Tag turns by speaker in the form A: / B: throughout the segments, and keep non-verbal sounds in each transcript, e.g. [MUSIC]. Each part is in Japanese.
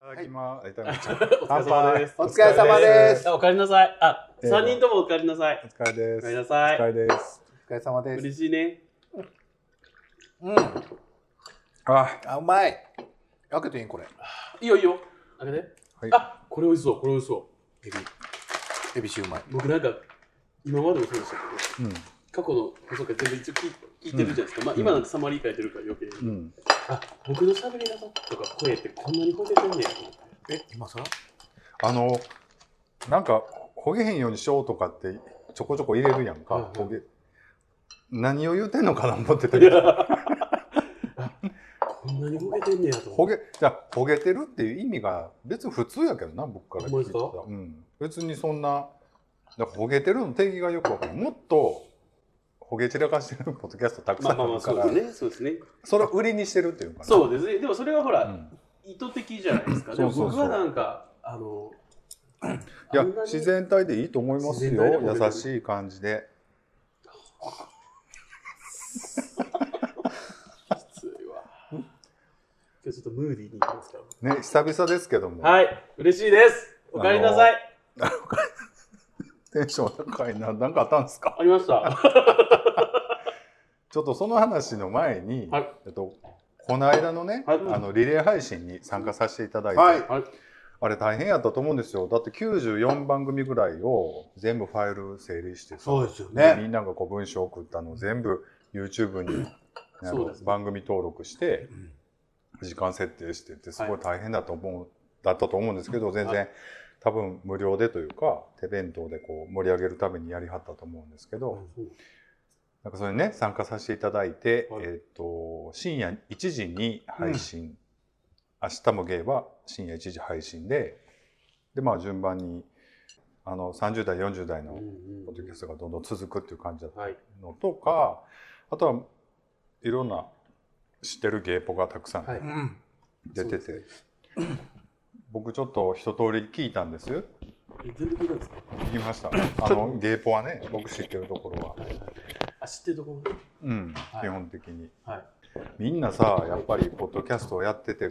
A: ただきま
B: はい
A: す。
B: いただきます
C: [LAUGHS] お疲れ様です。
B: お
A: 乾杯お
B: 疲
A: 疲
B: れ
A: れ
B: 様
A: 様
B: で
A: ですす。
C: あお帰りなさい。あ、
B: えー
C: 三人ともお帰りなさい。
B: お疲れ
C: お
B: で
C: 帰り
B: す。
C: なさ
B: お疲
C: い。
B: れです。
A: お疲れ様です。
C: 嬉しいね。
A: うん。
B: あ、
A: あ、うまい。開けていいこれ。
C: いいよいいよ。あれね。
B: はい
C: あ、これ美味しそう。これ美味しそ
A: エビ。エビシューマイ。
C: う。僕なんか今までもそうでしたけど、
B: うん、
C: 過去の細川全部一応聞い聞いてるじゃないですか。まあ今なんかサマリー書いてるから余計に。
B: うん、
C: あ、僕の喋り方とか声ってこんなに超えてるんねやと思って。
A: え、今さ
B: あの、なんか、ほげへんようにしようとかって、ちょこちょこ入れるやん
C: うんうん
B: か。ほげ。何を言うてんのかな思ってた
C: い
B: け
C: や
B: ど。
C: [LAUGHS] あこんなにボケてんねやと思
B: ほ
C: っ
B: げ、じゃあ、ほげてるっていう意味が、別に普通やけどな、僕から
C: ほ
B: 聞
C: んま
B: い
C: です
B: て
C: か
B: た。うん、別にそんな。だからほげてるの定義がよくわかる。もっと。ほげ散らかしてるポッドキャストた
C: て
B: く
C: ま
B: さ
C: あ
B: ん
C: ま
B: あ
C: あまあ
B: る
C: そ
B: か
C: う
B: ら、
C: ですねそうですね
B: それを売りにしてるっていうかな
C: そうですねでもそれはほ
B: う
C: ら
B: ん
C: 意図的じゃないです
B: [CLEARS THROAT]
C: かでも
B: そうそう
C: 僕
B: そう
C: はなんかあの
B: いや
C: あんなに
B: 自然体でいいと思います
C: 自然体で
B: よ
C: も
B: 優しい感じで
C: きついわ今日ちょっとムーディーに行きますから
B: ね久々ですけども、
C: はい嬉しいですお帰りなさい
B: テンション高いな何かあったんですか
C: ありました
B: ちょっとその話の前に、
C: はい
B: えっと、この間のね、
C: はい
B: あのリレー配信に参加させていただいて、
A: はい。
C: はい
B: あれ大変やったと思うんですよだって94番組ぐらいを全部ファイル整理してさ
A: そうですよ
B: み
A: ね。
B: んながこう文章を送ったのを全部 YouTube にあ
C: そう
B: の
C: ですね
B: 番組登録して
A: うん
B: 時間設定してってすご
C: はいい
B: 大変だと思う、だったと思うんですけど全然、
C: は
B: 多分無料でというか手弁当でこう盛り上げるためにやりはったと思うんですけど、なんかそれね参加させていただいて、
C: はい
B: えっと深夜1時に配信、明日もゲイは深夜1時配信ででまあ順番にあの30代40代
C: うん
B: の
C: うん
B: ポッドキャストがどんどん続くっていう感じだった
C: はい
B: のとかあとはいろんな知ってる芸ポがたくさん
C: はい
A: うん。
B: 出て
C: そ
B: て、
C: うで
B: 僕ちょっと一通り聞いたんですよ
C: え全部聞いたんですか
B: 聞きましたあの芸ポはね僕知ってるところは
C: はいはいあ知ってるところ
B: うん、
C: はい
B: 基本的に
C: はい
B: みんなさやっぱりポッドキャストをやってて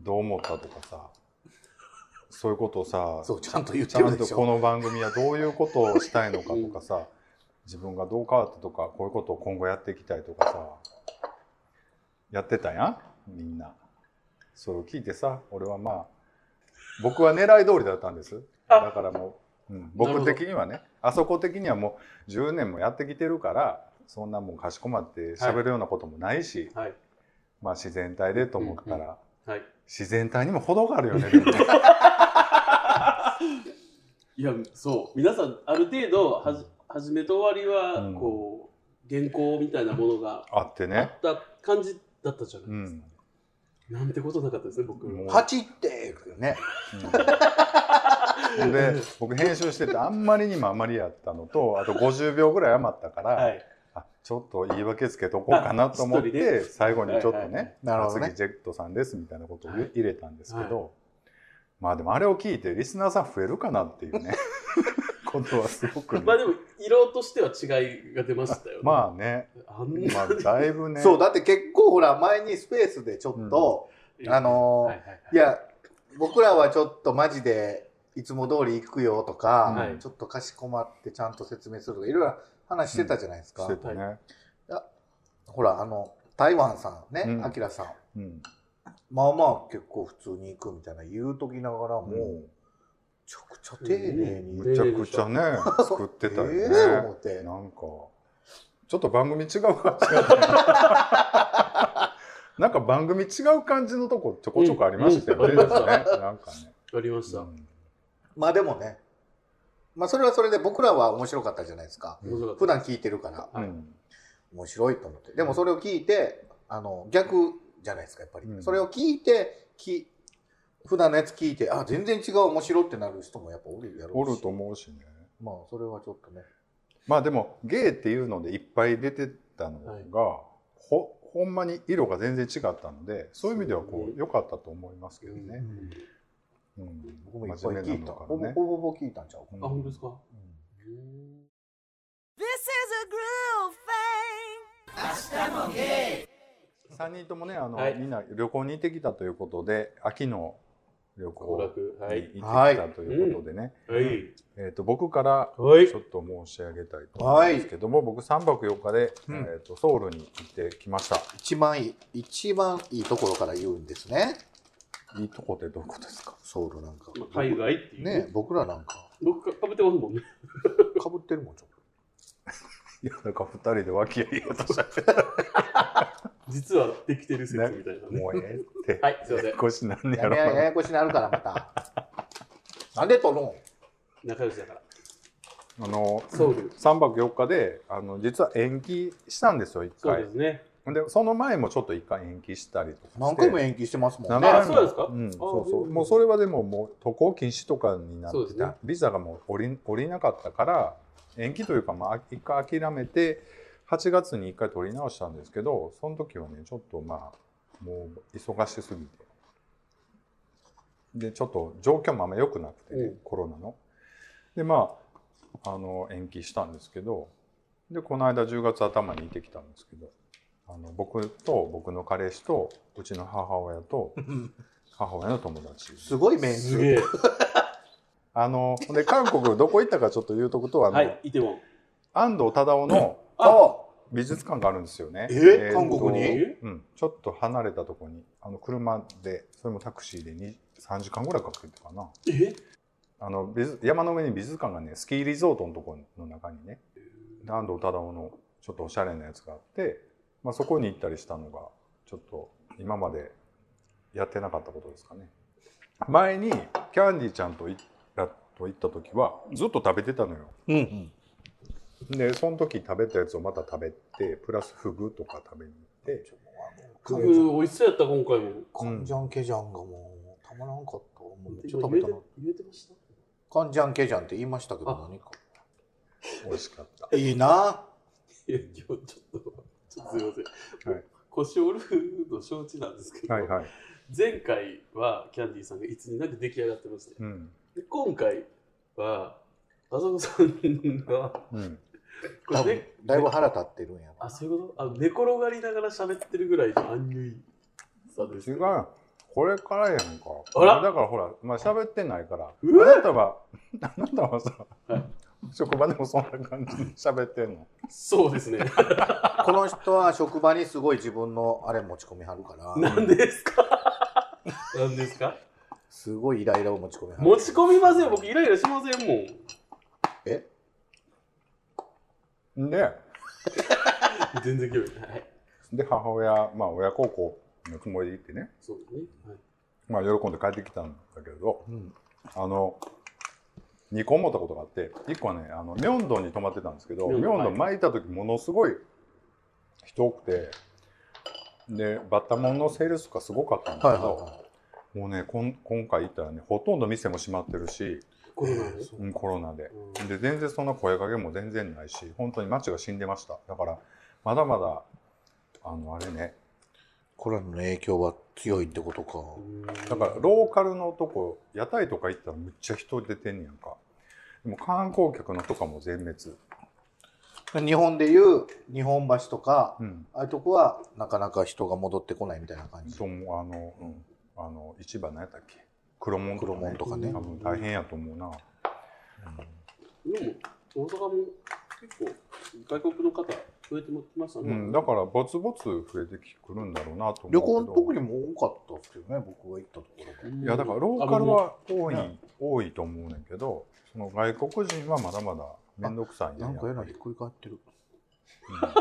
B: どう思ったとかさそういうことをさ
A: そう、ちゃんと言っ
B: ち
A: て
B: ゃ
A: る
B: ん
A: で
B: と
A: し
B: こ
A: ょ。
B: の番組はどういうことをしたいのかとかさ自分がどう変わったとかこういうことを今後やっていきたいとかさやってたやんみんなそれを聞いてさ俺はまあ僕は狙い通りだったんです
C: あ
B: だからもう、うん、
C: なるほ
B: 僕
C: ど
B: 的にはねあそこ的にはもう10年もやってきてるからそんなもうかしこまって喋るようなこともないし、
C: はい
B: まあ自然体でと思ったら、
C: うんはい
B: 自然体にも程があるよ
C: [LAUGHS]
B: ねでもね
C: いやそう皆さんある程度はじ始めと終わり
B: う
C: は
B: ん
C: こう原稿みたいなものが
B: あって
C: あ
B: ね
C: った感じだったじゃ
B: う
C: ないです
B: ん
C: か、なんてことなかったですね僕
B: もう
A: パチって言うね。
B: うんで僕編集しててあんまりにもあまりやったのとあと50秒ぐらい余ったから、
C: はい
B: あちょっと言い訳つけとこうかなと思っ
C: あ一人
B: て
C: で
B: 最後にちょっと
C: はいはいは
B: ね「
A: なるほどね
B: 次ジェットさんです」みたいなことを入れたんですけど、
C: は
B: まあでもあれを聞いてリスナーさん増えるかなっていうね
C: [LAUGHS]
B: ことはすごくね、
C: まあでも色としては違いが出ましたよ、ね、
B: まあね、
C: あん
B: まあ、だいぶね
A: そう、だって結構ほら、前にスペースでちょっと、あの
C: は
A: ー
C: いはいはい
A: いや、僕らはちょっとマジでいつも通り行くよとか、
C: はい
A: ちょっとかしこまってちゃんと説明するとか、いろいろ話してたじゃないですか。
B: してたね、
A: ほら、あの、台湾さん
B: う
A: ね、
B: ん
A: アキラさん。
B: うん、
A: まあまあ結構普通に行くみたいな言うときながらも、め
B: も
A: ちゃくちゃ丁寧に、
C: うん
B: うむちゃくちゃね作ってたよね
A: え、え思って
B: なんかちょっと番組違う感じがなんか番組違う感じのとこちょこちょこありましたよね、
C: うんうんありま
B: なんかね、
C: ありました、
B: うん
A: まあでもね、まあそれはそれで僕らは面白かったじゃないですか。
C: 面白かった
A: 普段聞いてるから、
C: はい
B: うん
A: 面白いと思って。でもそれを聞いて、あの、逆じゃないですか、やっぱり。
B: うん
A: それを聞いて、き普段のやつ聞いて、あ、全然違う面白ってなる人もやっぱおるやろ
B: お
A: うし。
B: ると思うしね
A: まあそれはちょっとね。
B: まあでもゲイっていうのでいっぱい出てたのが、
C: はい
B: ほほんまに色が全然違ったのでそういう意味ではこ
C: う
B: う
C: ん
B: 良かったと思いますけど
C: う
B: ね、
C: ん
B: うん
A: 僕もいっぱい聞いた。ほ
B: 真面目なのから
A: ぼ
B: ね
A: ほぼほぼ聞いたんちゃうかな。
C: あ本当ですか、
A: うん
C: うん、
D: This is a groove thing.
B: 3人ともねあの、
C: はい
B: みんな旅行に行ってきたということで秋の旅
C: 娯
B: 行
C: 楽。
B: に
C: はい。
B: 行ってきたということでね、
C: はい。
B: えー、と僕から
C: はい
B: ちょっと申し上げたいと思うんですけども、僕3泊4日で、
A: うん
B: えー、とソウルに行ってきました。
A: 一番いい、一番いいところから言うんですね。
B: いいとこってどういうことですか
A: ソウルなんか。
C: まあ海外っていう。
A: ね、僕らなんか、
C: 僕かぶってますもんね。
A: かぶってるもん、ちょっと。
B: いやなんか2人で和気あいあいとしゃべ
C: 実はできてる説みたいな
B: る
C: ね。
B: もうええって。
C: はい、すいません。
B: 腰なんねや
A: や
B: ろ
A: めやややこしになるから、また。 [LAUGHS] なんで撮るん
C: 仲良しだから。
B: あの
C: ソウル。
B: 3泊4日であの実は延期したんですよ1
C: そう
B: 回
C: ですね。
B: でその前もちょっと1回延期したりとかして
A: 何回も延期してますもん
B: 何
A: ね。
B: 回
C: あ、
B: も
C: そうなんですか
B: うん、
C: あ
B: そうそううんもうそれはでももう渡航禁止とかになっ
C: そう
B: て
C: です
B: た、
C: ね
B: ビザがもう降り降りなかったから延期というかまあ一回諦めて8月に1回取り直したんですけどその時はねちょっとまあもう忙しすぎてでちょっと状況もあんま良くなくてね、
C: うん
B: コロナのでまああの延期したんですけどでこの間10月頭に行ってきたんですけどあの僕と僕の彼氏とうちの母親と
A: うん
B: 母親の友達
A: すごい面
C: す
A: 数。
C: げえ。
B: あので韓国どこ行ったかちょっと言うとくとあの、
C: はい、イテウォン。
B: 安藤忠雄の
A: あ
B: 美術館があるんですよね
A: え
B: ーと
A: 韓国に
B: うん、ちょっと離れたところにあの車でそれもタクシーでに3時間ぐらいかけてかな
C: え
B: あの美術山の上に美術館がねスキーリゾートのところの中にねで安藤忠雄のちょっとおしゃれなやつがあって、まあ、そこに行ったりしたのがちょっと今までやってなかったことですかね前にキャンディーちゃんといやと行った時はずっと食べてたのよ
A: うんうん。
B: でその時食べたやつをまた食べてプラスフグとか食べに行って
C: クグ美味しそうやった、今回も。
A: カンジャンケジャンがもう、たまらんかった。もうめっちゃ食
C: 言
A: べ
C: え
A: た
C: て
A: な。
C: 言えてました
A: カンジャンケジャンって言いましたけど、何か。
B: 美味しかった
A: いいな。
C: いや、今日ちょっと、ちょっとすいません。
B: はい
C: 腰折るの承知なんですけど、
B: はいはい、
C: 前回はキャンディーさんがいつになく出来上がってまして、
B: うん
C: で今回は、あそこさんが、
B: うん、
C: こ
A: 多
C: れ
A: 分
C: ね、
A: だいぶ腹立ってるんや
C: あ、そういうことあ寝転がりながら喋ってるぐらいの安入さです
B: 違
C: ね。
B: うよこれからやんか
C: あら
B: だからほらまあ喋ってないから
C: うわ
B: あなたは [LAUGHS] あなたはさ、
C: はい
B: 職場でもそんな感じで [LAUGHS] 喋ってんの
C: そうですね。 [LAUGHS]
A: なこの人は職場にすごい自分のあれ持ち込みはるから
C: なんでですか [LAUGHS] なんですか
A: すごいイライラを持ち込みはる
C: 持ち込みません。僕イライラしませんもん。
A: え
B: で
C: 全然興味ない。はい
B: で母親まあ親孝行のつもりで行ってね
C: そうですね。はい
B: まあ喜んで帰ってきたんだけど
A: うん
B: あの2個思ったことがあって1個はねあの明洞に泊まってたんですけど
C: 明
B: 明洞
C: 洞
B: 巻いた時ものすごい人多くてでバッタモンのセールスとかすごかったんです
A: はい
B: け
A: はい
B: ど、
A: は
B: もうねこん今回行ったらねほとんど店も閉まってるし、
C: コロナで
A: えー。
B: うん、コロナで
C: うん
B: で全然そんな声かけも全然ないし本当に街が死んでましただからまだまだあのあれね
A: いコロナの影響は強いってことか
B: だからローカルのとこ屋台とか行ったらむっちゃ人出てんねやんかでも観光客のとかも全滅、
A: 日本でいう日本橋とか
B: うん、
A: ああいうとこはなかなか人が戻ってこないみたいな感じ
B: ともあの、うんあの市場何やったっけ黒門とか、
A: 黒
B: ね、
A: 門とかね
B: 多分大変やと思うな、
C: でも大阪も結構外国の方増えてきました
B: う
C: ね。
B: ん、だからぼつぼつ増えてくるんだろうなと思うけど
A: 旅行の時も多かったですけどね僕が行ったところ
C: うん
B: いやだからローカルは多い、
A: あもう
B: 多いと思うねんけどその外国人はまだまだ面倒くさい
A: がなんかえらい
B: や
A: ひ
B: っ
A: っくり返ってる
B: ぱり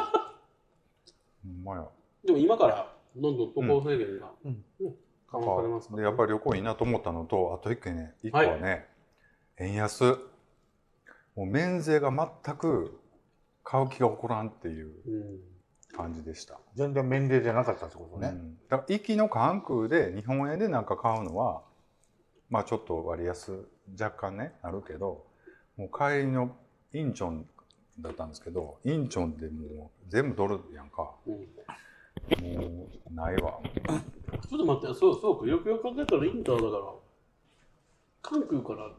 B: うんほんまや
C: でも今からどんどん渡航制限が
A: うん
C: うん緩和されますから
B: でやっぱり旅行いいなと思ったのとあと一個ね一個はね、円安もう免税が全く買う気が起こらんっていう
C: うん
B: 感じでした、
A: 全然免税じゃなかったってこと
B: う
A: ね、
B: んだから行きの関空で日本円でなんか買うのはまあちょっと割安若干ねあるけどもう帰りのインチョンだったんですけどインチョンでもう全部ドルやんか
C: うん
B: もうないわ
C: ちょっと待って、そうそうか、よくよく考えたらインターだから、関空から、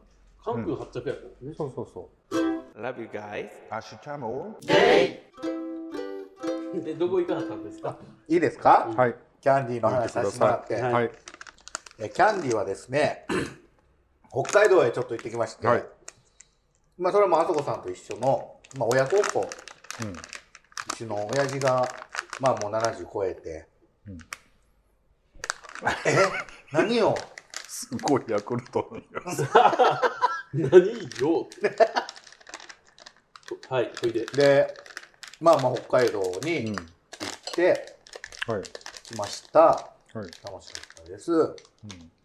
C: 関空発着やからね。
B: そうそうそう
E: Love you guys.
B: 明日も
C: で、どこ行かはったんですか
A: いいですか、
B: はい
A: キャンディーの話させてもらって、
C: はい
B: はい
A: えキャンディはですね、北海道へちょっと行ってきまして、
B: はい
A: まあそれもあそこさんと一緒の、まあ親孝行、うちの親父が、まあもう70超 [LAUGHS] えて、
B: うん
A: え何を
B: すごいヤクルトの匂い
C: 何よ。はい、ほいで。
A: で、まあまあ北海道に行って
B: はい、
A: きました。
B: はい
A: 楽しかったです。
B: うん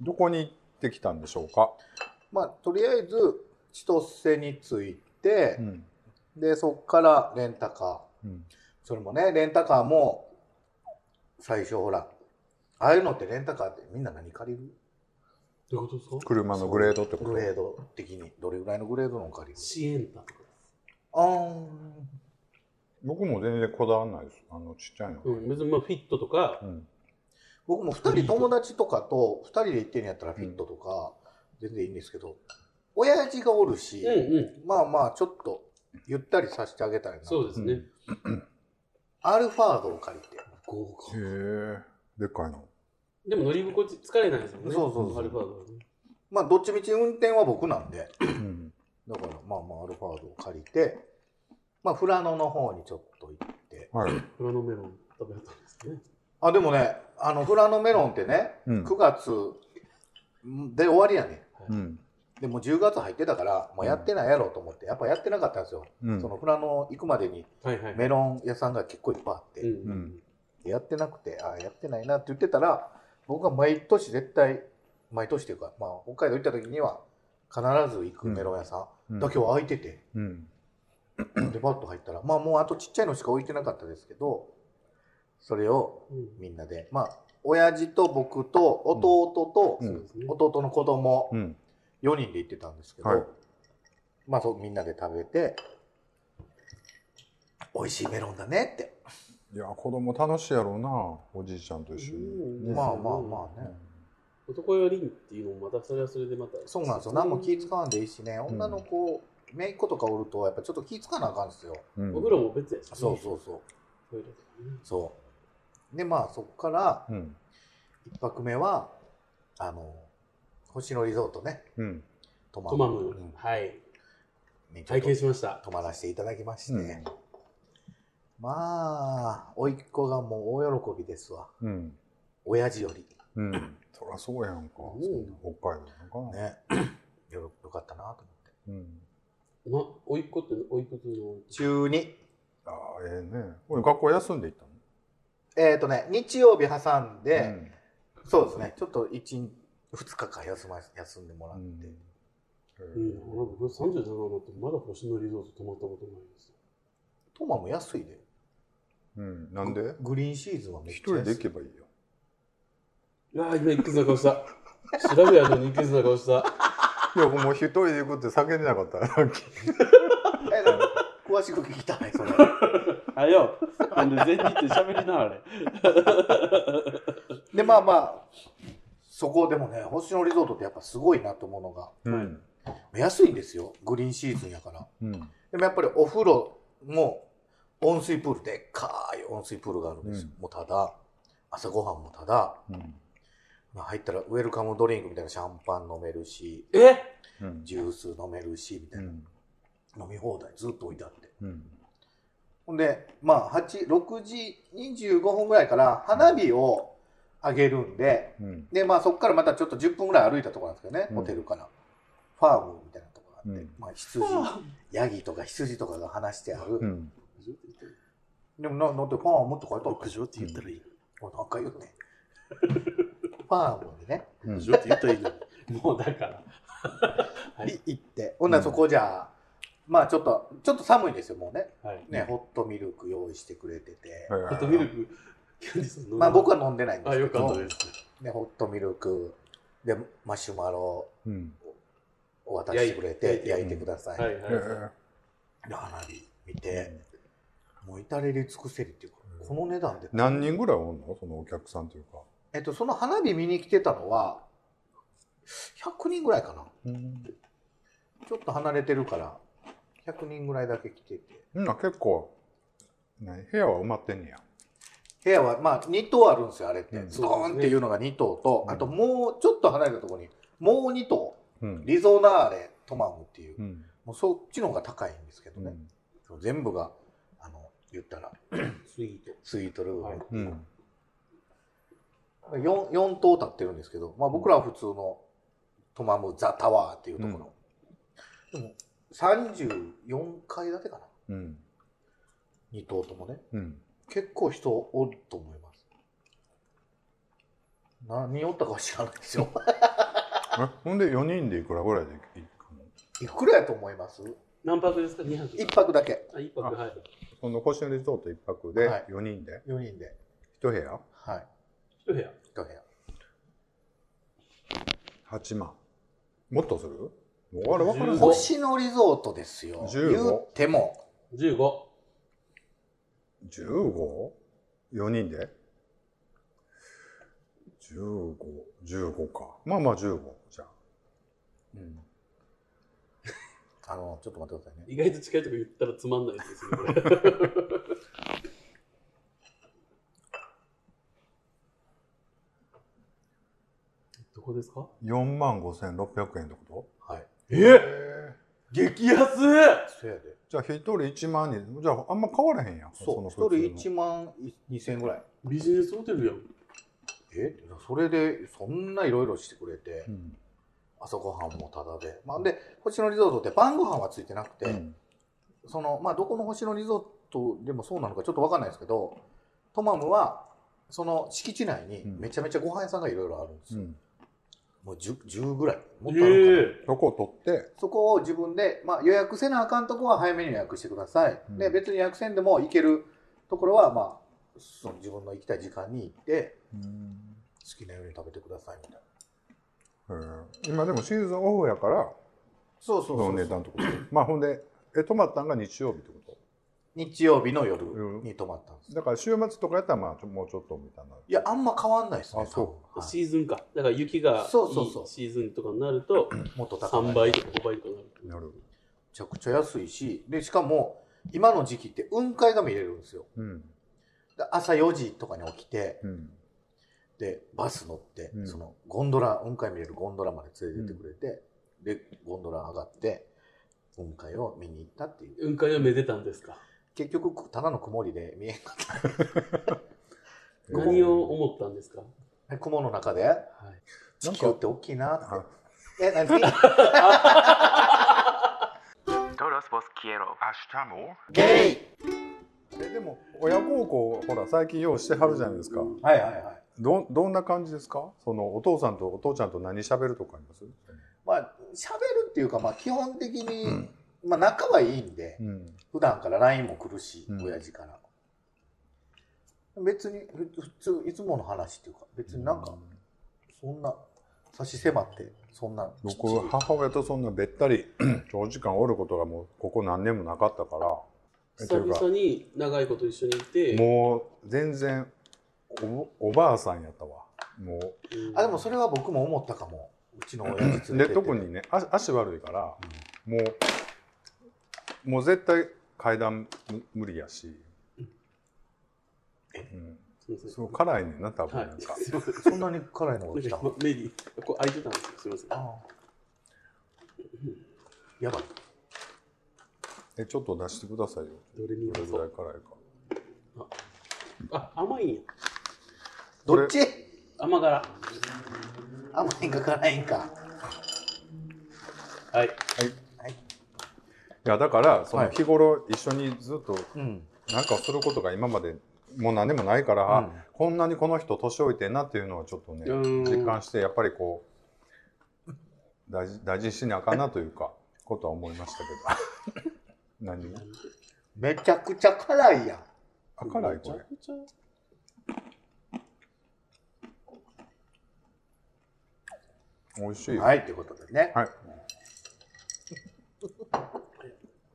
B: どこに行ってきたんでしょうか、
A: まあとりあえず千歳に着いて、
B: ん
A: でそっからレンタカー
B: うん
A: それもねレンタカーも最初ほらああいうのってレンタカーってみんな何借りる
C: どういうことですか
B: 車のグレードってこと
A: グレード的にどれぐらいのグレードのを借りる
C: 支援だとか。
A: あーん
B: 僕も全然こだわらないですあのちっちゃいの、
C: うん、別にまあフィットとか、
B: うん
A: 僕も2人友達とかと2人で行ってんやったらフィットとか全然いいんですけど親父がおるし、
C: うんうん、
A: まあまあちょっとゆったりさせてあげたいな
C: そうですね。
B: うん
A: アルファードを借りて
C: 豪華。
B: へえでっかいの
C: でも乗り心地疲れないですよね。
A: そうそうそう
C: アルファードはね
A: まあどっちみち運転は僕なんで
B: うん
A: だからまあまあアルファードを借りて、まあ富良野の方にちょっと行って。
B: はい、
C: フラノメロン食べたんですね。
A: あ、でもね、あの富良野メロンってね、
B: うん
A: 9月で終わりやね。
B: うん
A: でもう10月入ってたから、もうやってないやろうと思って、やっぱやってなかったんですよ。
B: うん
A: その富良野行くまでに
C: はいはい。
A: メロン屋さんが結構いっぱいあって、
C: うんうん
B: う
C: うん
B: ん。
A: やってなくて、あやってないなって言ってたら、僕が毎年絶対、毎年というか、まあ北海道行った時には必ず行くメロン屋さ
B: うんん
A: だけは空いてて。
B: うん
A: でバッと入ったらまあもうあとちっちゃいのしか置いてなかったですけどそれをみんなでまあ親父と僕と弟と、
B: うん
C: そうですね。
A: 弟の子供
B: うん
A: 4人で行ってたんですけど、
B: はい
A: まあそうみんなで食べて美味しいメロンだねって、
B: いや子供楽しいやろうなおじいちゃんと一緒に、
C: うん
A: まあまあまあね、
C: 男よりんっていうのもまたそれはそれでまた。
A: そうなんですよ何も気使わんでいいしね女の子、姪っ子とかおるとやっぱちょっと気使わなあかんですよ、
B: うん
C: お風呂も別やしね。
A: そうそうそう
C: トイレとかね。
A: そうでまあそっから
B: うん
A: 1泊目はあの星野リゾートね
B: うん
A: トマ
C: ト
A: ム
C: マム
A: うん、
C: はい。
A: にちょっ
C: 体
A: と
C: 験しました。
A: 泊まらせていただきまして、
B: うん
A: まあ甥っ子がもう大喜びですわ
B: うん
A: 親父より
B: うんそりゃそうやんか、
C: うん
B: 北海道なんかな、
A: [CLEARS THROAT] ねよろよかったなと思って
B: うん、
C: ま、おいっ子って、おいくつの
A: 中2
B: ああええねこれ学校休んでいったの
A: えっ、とね日曜日挟んで、
B: うん
A: そうですねちょっと1 2日間休ま休んでもらっ
B: う
A: て、
B: ん
C: うん、なんか僕37になってまだ星野リゾート泊まったことないです。
A: トマも安いで
B: うん、なんで
A: グリーンシーズンはめっ
B: 一
A: ちゃ安
B: 人
A: い
B: で行けばいいよ。
C: いやー、今、いくつな顔した。調べやのにいくつな顔した。
B: いや、もう一人で行くって叫んでなかった。ラッキー
A: えなんか詳しく聞きた [LAUGHS] いそれ
C: あよ。なんで全日って喋りな、あれ。
A: でまあまあそこでもね星野リゾートってやっぱすごいなと思うのが
B: うん。
A: 安いんですよグリーンシーズンやから
B: うん。
A: でもやっぱりお風呂も温水プールでっかい温水プールがあるんですよ、
B: う
A: もうただ朝ごはんもただ、
B: うん。
A: まあ、入ったらウェルカムドリンクみたいなシャンパン飲めるし
C: え
B: うん。
A: ジュース飲めるしみたいな、飲み放題ずっと置いてあって
B: うん。
A: ほんでまあ86時25分ぐらいから花火をあげるんで
B: うん。
A: でまあそこからまたちょっと10分ぐらい歩いたところなんですけどね、
B: うん
A: ホテルからファームみたいなところがあって、
B: うん
A: まあ羊ヤギとか羊とかが話してある、
B: うん。
A: でもななんでファームって書いてある
E: 屋上って言ったらいい。
A: もう何回言うねんファームにね、
B: うん
E: 屋上って言ったらいいのに。
C: もうだから。はい
A: い行ってほんならそこじゃあ、まあちょっとちょっと寒いんですよもうね
C: はい。
A: ね、ホットミルク用意してくれてて、
B: ホ
C: ホットミルク、キャンディさん飲んだ
A: まあ僕は飲んでないんで
C: あ、
A: すけ
C: よかった
A: ど
C: です。
A: ね、ホットミルクでマシュマロ
B: うん。
A: を渡してくれて
C: 焼い
A: 焼い
C: て
A: てください、
C: はい
B: へ
C: はい。
B: え。
A: で花火見て、もう至れり尽くせりっていうか
B: うん
A: この値段で、
B: 何人ぐらいおんのそのお客さんというか。
A: えっと、その花火見に来てたのは100人ぐらいかな
B: うん。
A: ちょっと離れてるから、100人ぐらいだけ来てて。
B: みんな結構、ね、部屋は埋まってんねや。
A: 部屋はまあ2棟あるんですよあれって、
B: うん
A: ズコーンっていうのが2棟と、
B: うん
A: あともうちょっと離れたところにもう2棟
B: うん
A: リゾナーレトマムっていう、
B: うん
A: もうそっちの方が高いんですけど
B: う
A: ね、
B: ん
A: 全部があの言ったら
C: スイート。
A: スイートルーム、
C: はい
B: うん
A: 4, 4棟立ってるんですけど、まあ、僕らは普通のトマム・ザ・タワーっていうところ、でも34階建てかな
B: うん
A: 2棟ともね
B: うん
A: 結構人おると思います何おったかは知らないですよ
B: えほんで4人でいくらぐらいで行くの
A: いくらやと思います
C: 何泊ですか ?2 泊。
A: 一泊だけ
C: あ、一泊、はい。
B: この星野リゾート1泊で
A: はい
B: 4人で
A: 4人で
B: 1部屋
A: はい
C: 一部屋。
A: 1部屋
B: 8万もっとするあれ分からない
A: 星野リゾートですよ
B: 15
A: 言っても
C: 15。
B: 15?4 人で ?15、15か。まあまあ15、じゃあ。うん。
A: [LAUGHS] あのちょっと待ってくださいね
C: 意外と近いとこ言ったらつまんないですね、これ。 [LAUGHS] どこですか
B: 4万5600円ってこと
A: はい
C: え
B: え
C: 激安
A: そやで
B: じゃあ1人1万人、じゃああんま変わらへんやん。
A: そう
B: の
A: 1
B: 普通の
A: 人1万2000円ぐらい
C: ビジネスホテルやん。
A: えそれでそんないろいろしてくれて、
B: うん。
A: 朝ごはんもタダで、まあ、で星野リゾートって晩ご飯はついてなくて、
B: うん
A: そのまあどこの星野リゾートでもそうなのかちょっと分かんないですけどトマムはその敷地内に
B: うん
A: めちゃめちゃご飯屋さんがいろいろあるんです
B: う
A: よ、
B: ん。
A: もう 10, 10ぐらいもっとあるのかな
C: ええ
B: どこを取って、
A: そこを自分で、まあ、予約せなあかんとこは早めに予約してください、
B: うん
A: で別に予約せんでも行けるところは、まあ、その自分の行きたい時間に行って
B: うん
A: 好きなように食べてくださいみたいな
B: えー今でもシーズンオフやから、
A: そうそ
B: そう
A: そう
B: の値段ってこと。まあほんで、え、泊まったんが日曜日ってこ
A: 日曜日の夜
B: うん
A: に泊まったんです
B: とだから週末とかやったら、まあちょもうちょっとみたいな。
A: いや、あんま変わんないですね。
B: あそ
A: 多分はい
C: シーズンか。だから雪がいい
A: そうそうそう
C: シーズンとかになると、
A: もっと高い。
C: 3
A: め
C: 倍とか5倍とかにな
B: な
C: る。
B: る。
A: ちゃくちゃ安いし、で、しかも、今の時期って雲海が見れるんですよ。
B: うん。
A: で朝4時とかに起きて、
B: うん。
A: で、バス乗って、
B: うん
A: その、ゴンドラ、雲海見れるゴンドラまで連れてってくれて、で、ゴンドラ上がって、雲海を見に行ったっていう。
C: 雲海はめでたんですか
A: 結局、ただの曇りで見えんかっ
C: 何を思ったんですかは
A: た。 [LAUGHS] 雲の中で、
C: い。
A: 地球って大きいな
B: あ
A: って。え、何
E: Todos vos quiero.
A: ゲイ
B: えでも親孝行ほら最近用意してはるじゃないですか
A: はいはいはい。
B: どどんな感じですかそのお父さんとお父ちゃんと何喋るとかあります
A: まあ、喋るっていうか、まあ、基本的に、まあ、仲はいいんで、
B: うん
A: 普段から LINE も来るし、
B: うん
A: 親父から。別に、ふ普通、いつもの話っていうか、別になんか、そんな、差し迫って、そんな、きっち
B: 僕
A: り
B: は母親とそんなべったり [CLEARS THROAT] 長時間おることがもうここ何年もなかったからえと
C: 久
B: いうか
C: 々に長いこと一緒にいて、
B: もう全然おおばあさんやったわも
C: うん
A: あ、でもそれは僕も思ったかも。うちの親父連れて
B: う
A: って
B: で特にね足足悪いからもうもう絶対階段む無理やし、うん、
C: すいません
B: そう辛いねんな多分
C: は
B: ないんか、。
C: すいません
A: そんなに辛いのが来
C: な
A: た
C: ん [LAUGHS] かメリー、こう開いてたんですよ。すみません。
A: ああやばい。
B: えちょっと出してくださいよ
C: どれに
B: どれぐ
C: も
B: らい辛い
C: そう。
B: か
C: あ、甘いんや。
B: これ
A: どっち
C: 甘辛。
A: 甘いんか辛いんか。
C: はい。
B: いやだからそ
A: は
B: の
A: い
B: 日頃一緒にずっと
A: うん。
B: なんかすることが今までもう何でもないから、
A: うん
B: こんなにこの人年老いてんなっていうのはちょっとね
C: うん
B: 実感してやっぱりこう大事大事にしなあかんなというかことは思いましたけど [LAUGHS] 何
A: めちゃくちゃ辛いやん。
B: あ辛い
C: めちゃ
B: これ
C: くちゃ。
B: 美味しいよ
A: はい、ということでね。
B: はい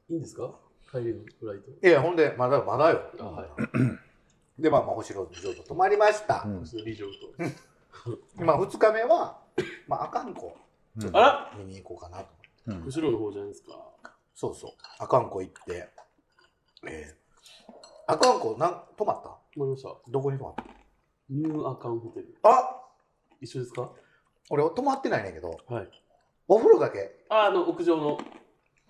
C: いいんですか帰りのフライト。
A: いや、ほんで、まだまだよ。
C: あ、はい。
A: で、まあ、まあ、星野リゾート泊まりました。
B: うん
C: 私のリジョン
A: まあ、2日目は、まあ、阿寒湖
B: うん
C: と。あら
A: 見に行こうかなと思って。
B: うん
C: 後ろの方じゃないですか。
A: そうそう。阿寒湖行って、えアカンコなん泊まった
C: まりました。
A: どこに泊まった
C: ニューアカンホテル。
A: あ
C: 一緒ですか
A: 俺泊まってないねんけど
C: はい。
A: お風呂だけ
C: あ、あの、屋上の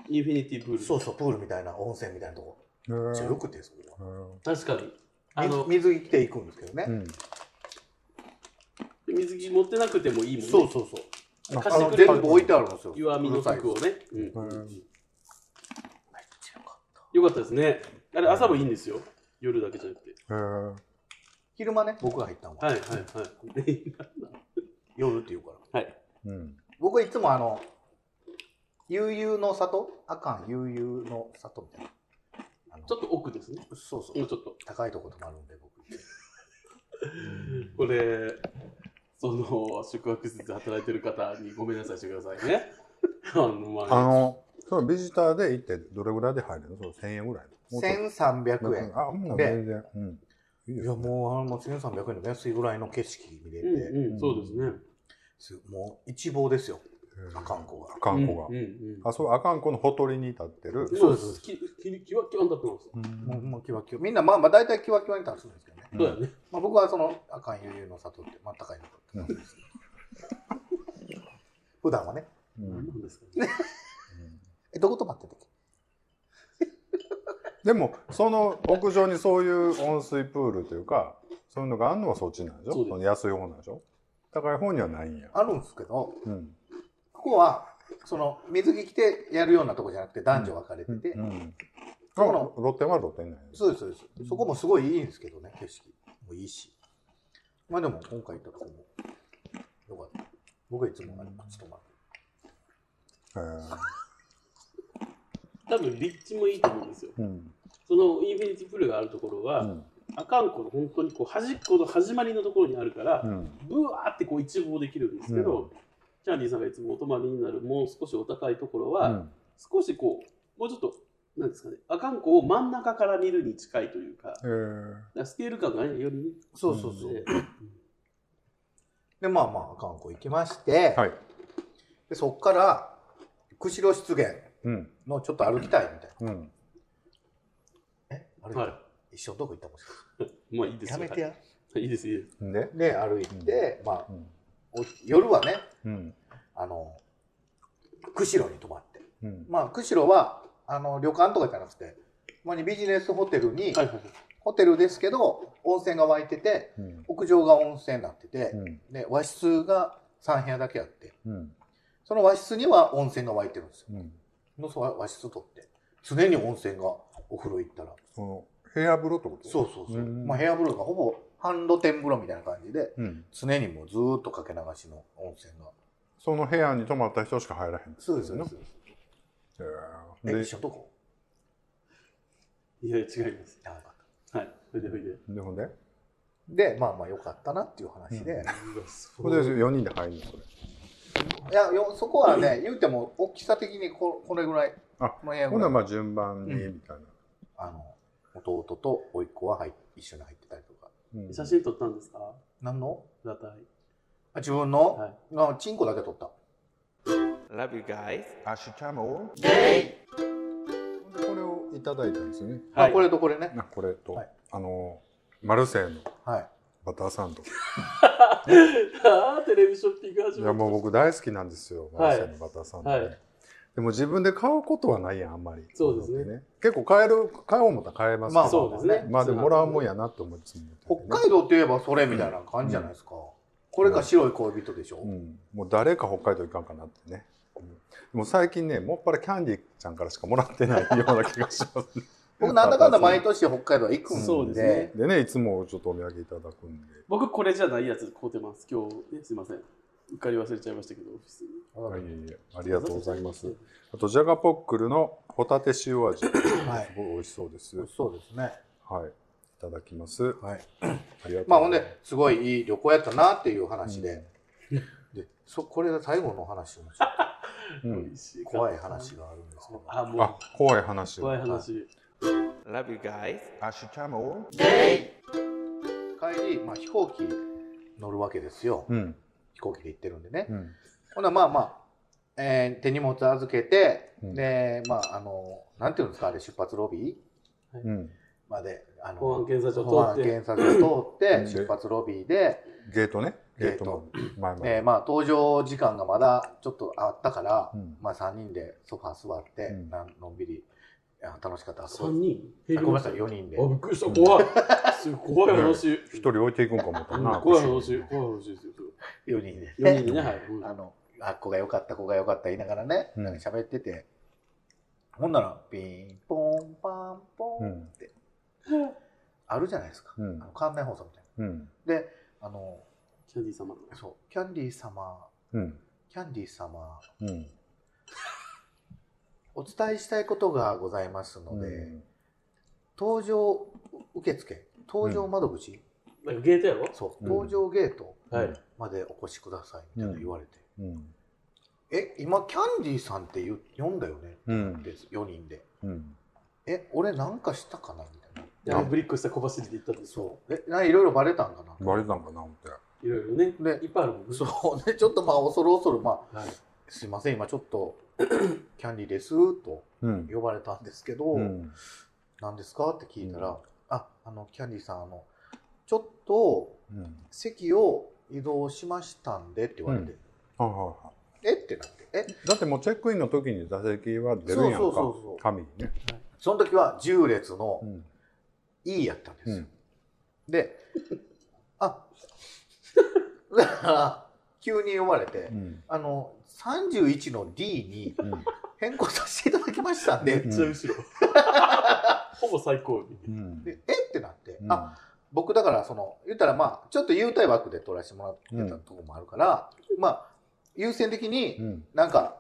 C: インフィニティプール。
A: そうそうプールみたいな温泉みたいなとこ
B: へー
A: じゃよくてそれは
B: へー
C: 確かに。あの、
A: 水水着着ていくんですけどね、
B: うん
C: 水着持ってなくてもいいもんね。
A: そうそうそう
B: あ
C: 貸
A: あ
C: して
A: の
C: くれる
A: 全部置いてあるんですよ
C: 湯あみの服をね。うん。
B: う
C: うんんよかったですね。あれ、朝もいいんですよ。夜だけじゃなくて。
B: へー
A: 昼間ね僕が入ったのは、
C: はいはいはい。
A: 夜っていうから
B: うん
A: 僕はいつもあの悠々の里あかん悠々の里みたいなあの
C: ちょっと奥ですね。
A: そうそう、
C: もうちょっと。
A: 高いとこ泊まるんで僕
C: これ、その、宿泊施設で働いてる方にごめんなさいしてください [LAUGHS] ね。あの、ま
B: あ
C: あ、
B: のそのビジターで行ってどれぐらいで入れるのその1000円ぐらいもうちょっと
A: 1300円
B: あもう
A: で
B: 全然うんいい
A: い
B: です
A: や
B: ね
A: もうあの1300円で安いぐらいの景色見れて、
C: うんうん、そうですね。
A: すもう一望ですよ
B: へー
A: 阿寒湖が
B: あかんこが、
C: うんうん
B: あそうあかんこのほとりに立ってる、
C: そうです。き、き、きわ、きわんだってます。
A: もうもうキワキワみんなまあまあ大体キワキワに立つんですけどね、
B: うん
C: そうだよね。
A: まあ、僕はその阿寒悠々の里ってまあ高いの
B: うん
A: 普段はね
B: うん
C: 何なんですかね。
A: えどこと待ってたっけ
B: でもその屋上にそういう温水プールというかそういうのがあるのはそっちなんでしょ
C: そう
B: そ
C: です
B: の安い方なんでしょ高い方にはないんや、
A: あるんですけど
B: うん
A: ここはその水着着てやるようなとこじゃなくて男女分かれてて、
B: うん、あ
A: この
B: 露天は露天なんや
A: そうですそうですそこもすごいいいんですけどね景色もいいしまあでも今回行ったとこもよかった僕はいつもあれ靴とま
B: へー
C: 多分、立地もいいと思うんですよ。
B: うん
C: そのインフィニティプールがあるところ
B: う
C: は、
B: ん
C: 阿寒湖の本当にこう端っこの始まりのところにあるから
B: う、ん
C: ブワーってこう一望できるんですけど、
B: うん
C: キャンディーさんがいつもお泊まりになるもう少しお高いところは、少しこうもうちょっとなんですかね阿寒湖を真ん中から見るに近いというかだ
B: へ
C: か
B: ー
C: らスケール感がねよりね
A: そうそうそう、
C: で
A: でまあまあ韓国行きまして、
B: はい、
A: でそっから釧路湿原
B: うん
A: のちょっと歩きたいみたい
B: うん、
A: な、え歩いた、
C: は
A: 一生どこ行ったもし
C: いまあいいです
A: や
C: よ
A: めてや、
C: はい、いいですいいです
B: で、
A: で歩いて、まあ
B: うん
A: お夜はね
B: うん
A: あの釧路に泊まって
B: うん
A: まあ釧路はあの旅館とかじゃなくてほんまにビジネスホテルに、
C: はいはいはい
A: ホテルですけど温泉が湧いてて
B: うん
A: 屋上が温泉になってて
B: う、ん
A: で和室が3部屋だけあって
B: うん
A: その和室には温泉が湧いてるんですよ
B: うん
A: のその和室取って常に温泉がお風呂行ったら
B: その部屋風呂ってこと
A: そうそうそう、
B: うん
A: まあ、部屋風呂がほぼ半露天風呂みたいな感じで
B: うん、
A: 常にもうずーっとかけ流しの温泉が
B: その部屋に泊まった人しか入らへん
A: そうですよね
B: へー
A: え
B: で
A: 一緒のとこ
C: いやいや違います
A: 長かっ
C: はいそれでそれで
B: でほんで
A: たでまあまあよかったなっていう話で、
B: う
A: い
C: うんす
B: これで4人で入るのそれ
A: やよそこはね言うても大きさ的にここれぐらい
B: あ
A: この部屋
B: ほ
A: ぐ
B: んな
A: ら
B: ら
A: い
B: まあ順番にみたいな、
A: あの弟と甥っ子は入っ一緒に入ってたりとか
B: うん
C: 写真撮ったんですか
A: 何の
C: 裸体
A: あ自分の、
C: はい
A: あチンコだけ取った
E: Love you guys.
B: アシュチャモでこれをいただいたんですよね。
A: あこれとこれね
B: なこれと、
A: はい
B: あのマルセイの
A: はい
B: バターサンド。
C: [LAUGHS] あーテレビショッピング始
B: い
C: ま
B: や
C: った
B: もう僕大好きなんですよ、マルセイのバターサンドね、
C: はい
B: でも自分で買うことはないやんあんまり。
C: そうですね
B: 結構買える買おう思ったら買えますけど、ま
A: まあ
B: あ、
C: そうですね
B: でももらうもんやなと思いつつも、
A: 北海道って言えばそれみたいな感じじゃないですか、これが白い恋人でしょ、
B: うん、もう誰か北海道行かんかなってね。うんでも最近ね、もっぱらキャンディーちゃんからしかもらってないような気がします、ね。
A: 僕なんだかんだ毎年北海道は行くんで
C: そうですね
B: でね、いつもちょっとお土産いただくんで。
C: 僕これじゃないやつ買うてます今日ねすいませんうっかり忘れちゃいましたけどオフィスに
B: はい、ありがとうございます。あと、ジャガポックルのホタテ塩味。す
A: はい
B: ごい美味しそうです。はい。
A: そうですね
B: いただきます。あり
A: はい
B: がとうございます。
A: まあほんですごいいい旅行やったなっていう話で,、でそこれが最後の話もちょっ
B: う
C: 美
B: ん。
C: 味しい
A: と
C: か
A: 怖い話があるんですけど
C: あもう
B: あ、怖い話。
C: 怖い話
E: Love you guys.
B: アシュキャモ
A: 帰り、まあ、飛行機乗るわけですよ、
B: うん。
A: 飛行機で行ってるんでね、
B: うん。
A: ほなまあまあ、えー手荷物預けて、
B: うん
A: でまああのなんていうんですかあれ出発ロビー
B: うん。
A: まであの
C: 保安検査所
A: 保安
C: 通って
A: 検査所通っ
B: うん
A: て出発ロビーで、
B: ゲートねゲ
A: ゲ
B: ー
A: ー
B: ト
A: ト
B: の前ま
A: えー
B: で、
A: まあ搭乗時間がまだちょっとあったから、
B: うん
A: まあ3人でソファー座って、
B: うん
A: なんのんびりいや楽しかったあ
C: 3人
A: ごめんなさい4人で
C: あびっくりした怖いすごい話
B: 一人置いていくんかもと
C: うん
B: な
C: 怖い話怖い話ですよ
A: 4人で
C: 4人でねはいうん
A: あのあこが良かったこが良かった言いながらね、
B: うん
A: なんか喋っててほんならピンポンパンポン、
B: うん
A: あるじゃないですか、
B: うん
A: あの館内放送みたい
B: うん
A: なであの
C: キャンディー様の
A: そうキャンディー様
B: うん
A: キャンディー様
B: うん
A: お伝えしたいことがございますので、搭乗受付搭乗窓口、
C: なんかゲートやろ
A: そう
B: うん
A: 搭乗ゲート
B: うん
C: はい
A: までお越しくださいみたいなの言われて、
B: うん
A: え今キャンディーさんって言う読んだよね
B: うん
A: で4人で
B: うん
A: え俺なんかしたかなみたい
C: で
A: な
C: あのブリックした小走りで行ったんですよ
A: そうえないろいろバレたんかな
B: バレたんかな思って
C: いろいろね
A: ね
C: いっぱいあるもんね
A: そうねち [LAUGHS] ょっとまあ恐る恐るまあ
C: はい
A: すいません今ちょっとキャンディーですと
B: うん
A: 呼ばれたんですけど、
B: うん
A: 何ですかって聞いたら、
B: うん
A: ああのキャンディーさんあのちょっと
B: うん
A: 席を移動しましたんでって言われて、
B: はいはいは
A: えってなってえ
B: いだってもうチェックインの時に座席は出るやんか
A: そうそうそうそう
B: 紙にね
A: その時は10列の
B: うん
A: E やったんです
B: う
A: よ、
B: ん
A: であ [LAUGHS] だから急に呼ばれて、
B: うん
A: あの31の D に
B: うん
A: 変更させていただきましたんで、
C: めっちゃ後ろほぼ最後尾
B: うん
A: でえってなって、
B: うん
A: あ僕だからその言ったらまあちょっと優待枠で取らせてもらってたとこもあるから、まあ優先的
B: う
A: に
B: ん
A: なんか、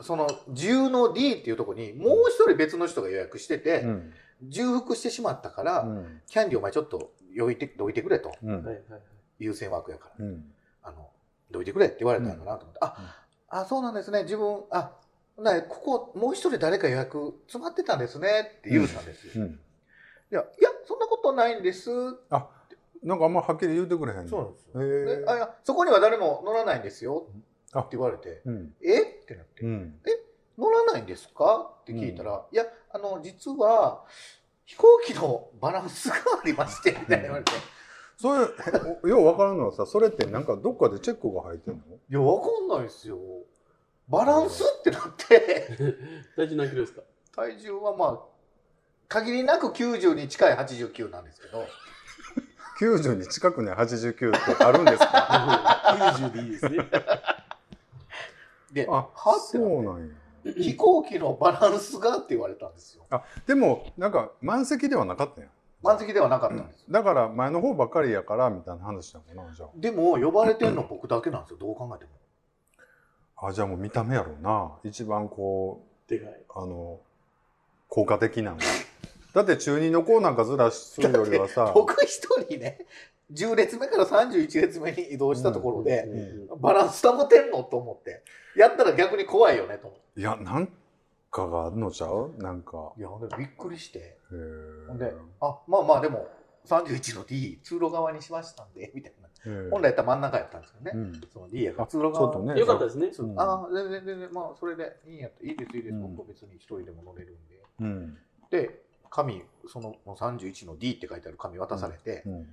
A: その10の D っていうとこにもう一人別の人が予約してて、
B: うん
A: 重複してしまったから、
B: うん
A: キャンディーお前ちょっとどいてどいてくれと
B: うん
C: はいはいはい
A: 優先枠やから
B: うん
A: あのどいてくれって言われたんだなと思って、あ、あそうなんですね自分あなここもう一人誰か予約詰まってたんですねって言うたんですよ、
B: う
A: い
B: ん
A: やいやそんなことないんです
B: あなんかあんまはっきり言うてくれへん
A: そうなん
B: へ
A: で
B: え
A: すよであいやそこには誰も乗らないんですよ
B: あ
A: って言われて
B: うん
A: えってなって
B: うん
A: 乗らないんですかって聞いたら、いやあの実は飛行機のバランスがありましてみたいな言われて、
B: それおよう分からんのはさそれってなんかどっかでチェックが入ってんの
A: いや、わかんないですよ。バランスってなって、
C: 大事なキロですか
A: 体重はまあ、限りなく90に近い89なんですけど、
B: 90に近くね89ってあるんですか
C: 90でいいですね。
A: で、
B: あ
A: はってなって
B: そうなんや
A: 飛行機のバランスがって言われたんですよ。
B: でもなんか満席ではなかったんや
A: 満席ではなかったんです。
B: だから前の方ばっかりやからみたいな話なのかなじゃ
A: でも、呼ばれてんの僕だけなんですよ、どう考えても。
B: ああじゃあもう見た目やろうな一番こ
C: でかい。
B: うあの効果的なのだって中二の子なんかずらするよりはさ
A: 僕一人ね、10列目から31列目に移動したところで、
C: うん
A: バランス保てんのと思って、やったら逆に怖いよねと思っ
B: いやなんかがあるのちゃうなんか
A: て。いや、ほんでびっくりして。
B: へ
A: ほ
B: え
A: んで、あ、まあまあでも、31の D、通路側にしましたんで、みたいな。
B: へえ
A: 本来やったら真ん中やったんですよね。
B: うん
A: その D やから
B: あ
A: 通路側
B: ちょっとね
C: よかったですね。
A: そう
B: うん
A: ああ、全然全然、まあそれでいいんやったいいですいいです、
B: うん
A: 僕別に一人でも乗れるんで。
B: うん
A: で、紙、そのもう31の D って書いてある紙渡されて
B: う、ん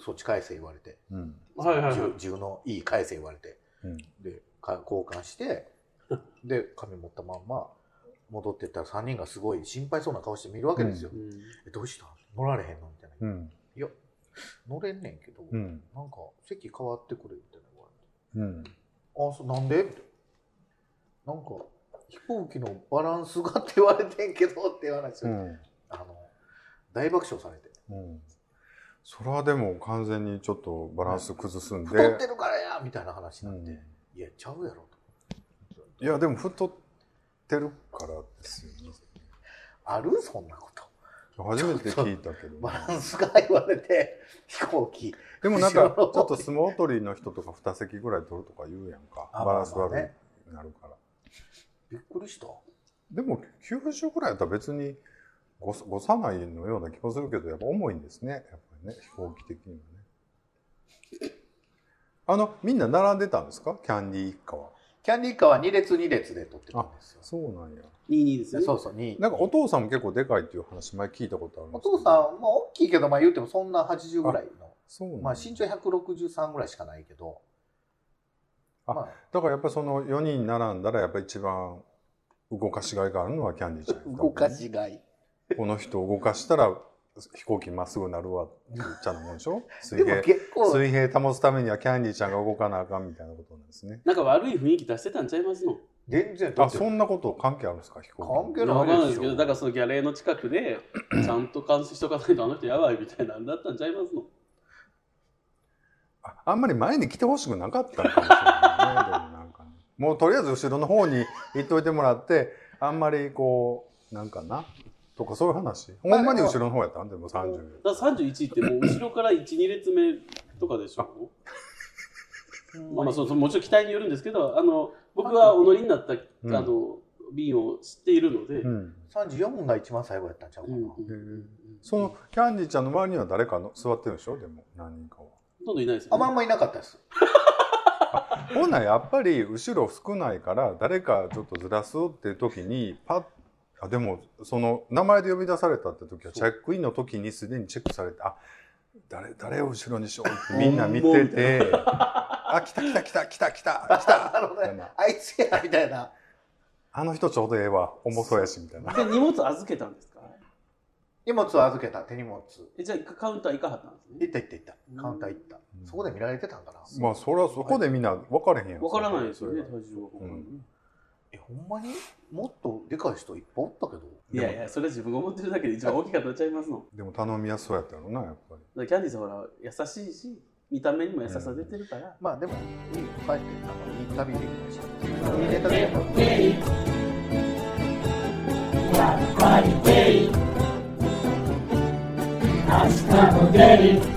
A: そっち返せ言われて、
B: うん
C: はいはいはい。
A: 10, 10の E 返せ言われて、
B: うん
A: で、か交
B: [LAUGHS]
A: 換して、で、紙持ったまんま、戻ってったら3人がすごい心配そうな顔して見るわけですよ。
C: うん
A: えどうした乗られへんのみたいな。
B: うん
A: いや、乗れんねんけど、
B: うん
A: なんか席変わってくれみたいな言われて。
B: うん
A: あ、そうなんでみたいな。なんか、飛行機のバランスがって言われてんけどっていう話を、
B: うん
A: あの、大爆笑されて。
B: うんそれはでも完全にちょっとバランス崩すんで、
A: 太ってるからやみたいな話になって、
B: うん
A: いや、ちゃうやろと。
B: いやでも太ってるからですよね
A: あるそんなこと。
B: 初めて聞いたけど
A: バランスが言われて、 [LAUGHS] 飛行機。
B: でもなんか
A: [LAUGHS]
B: ち
A: 後ろ
B: ょ
A: の
B: っと相撲取りの人とか2席ぐらい取るとか言うやんか
A: あ
B: バランス悪
A: まあまあね
B: くなるから、
A: びっくりした。
B: でも90ぐらいやったら別に誤差誤差ないのような気もするけどやっぱ重いんですねやっぱりね飛行機的にはねあのみんな並んでたんですかキャンディー一家は
A: キャンディーカーは2列2列で撮ってたんですよ。
B: そうなんや
C: 22ですね。
A: そうそう、2。
B: なんかお父さんも結構でかいっていう話前聞いたことあるん
A: お
B: ですけど
A: 父さん、まあ大きいけど、まあ言うてもそんな80ぐらいの。
B: そうなんや
A: まあ身長163ぐらいしかないけど。
B: あ
A: ま
B: だからやっぱりその4人並んだらやっぱり一番動かしがいがあるのはキャンディーちゃんやったもんね
A: 動かしがい。
B: この人を動かしたら飛行機まっすぐなるわって言っちゃうもんでしょ水
A: で
B: 平
A: も結構、
B: [LAUGHS] 水平保つためにはキャンディーちゃんが動かなあかんみたいなことなんですね
C: なんか悪い雰囲気出してたんちゃいますの
A: 全然撮
B: あ
A: ってる
B: そんなこと関係あるんですか飛行
A: 関
B: 機
A: 係
C: いやわかんない
A: ないで
C: で
A: すす
C: けど、
A: よ。
C: だからそのギャレーの近
B: [CLEARS THROAT]
C: くで、ちゃんと監視しとかないと、あの人やばいみたいなん [LAUGHS] だったんちゃいますの
B: ああんまり前に来てほしくなかったのかもしれないねでもなんかねもうとりあえず後ろの方に行っといてもらってあんまりこうなんかなとかそういう話ほんまに後ろの方やったんでも30
C: だから31ってもう後ろから1、2列目とかでしょまあまあそうそうもちろん期待によるんですけど、あの僕はお乗りになった、
B: うん
C: あの便を知っているので、
B: うん
A: 34が一番最後やったんちゃうかな。
C: うん
B: そのキャンディーちゃんの周りには誰かの座ってるでしょでも何人かは。
C: ほとんどいないです
A: あ
C: よ、
A: まん
C: ね。
A: まいなかったです。
B: ほんならやっぱり後ろ少ないから誰かちょっとずらすっていう時にパッあでもその名前で呼び出されたって時はチェックインの時にすでにチェックされてあ誰誰を後ろにしようってみんな見てて「あ来た来た来た来た来た来た
A: なるほど
B: みたい
A: ね
B: な。
A: [LAUGHS] あいつや、みたいな。
B: あの人ちょうどええわ重そうやし」みたいな。
C: で、荷物預けたんですか [LAUGHS]
A: 荷物を預けた、手荷物。
C: えじゃあ、カウンター行かはったんです
A: 行
C: ね。
A: った行った行った。カウンター行った
B: う。ん
A: そこで見られてたんかな。
B: まあそれはそこでみんな分かれへんやん。
C: わからないですよね、
B: そ
C: 体
B: れは
C: 重はほんまにね。
A: え、ほんまにもっとでかい人いっぱいおったけど。
C: いやいや、それは自分が思ってるだけで一番大きかったんちゃいますの。だか
B: でも頼みやすそうやったのなやっぱり。
C: らキャンディーさんほら、優しいし、見た目にも優しさ出てるから。
A: まあでも、いい、帰って、なんかいい旅できました。いいネタできました。
F: Hasta poder.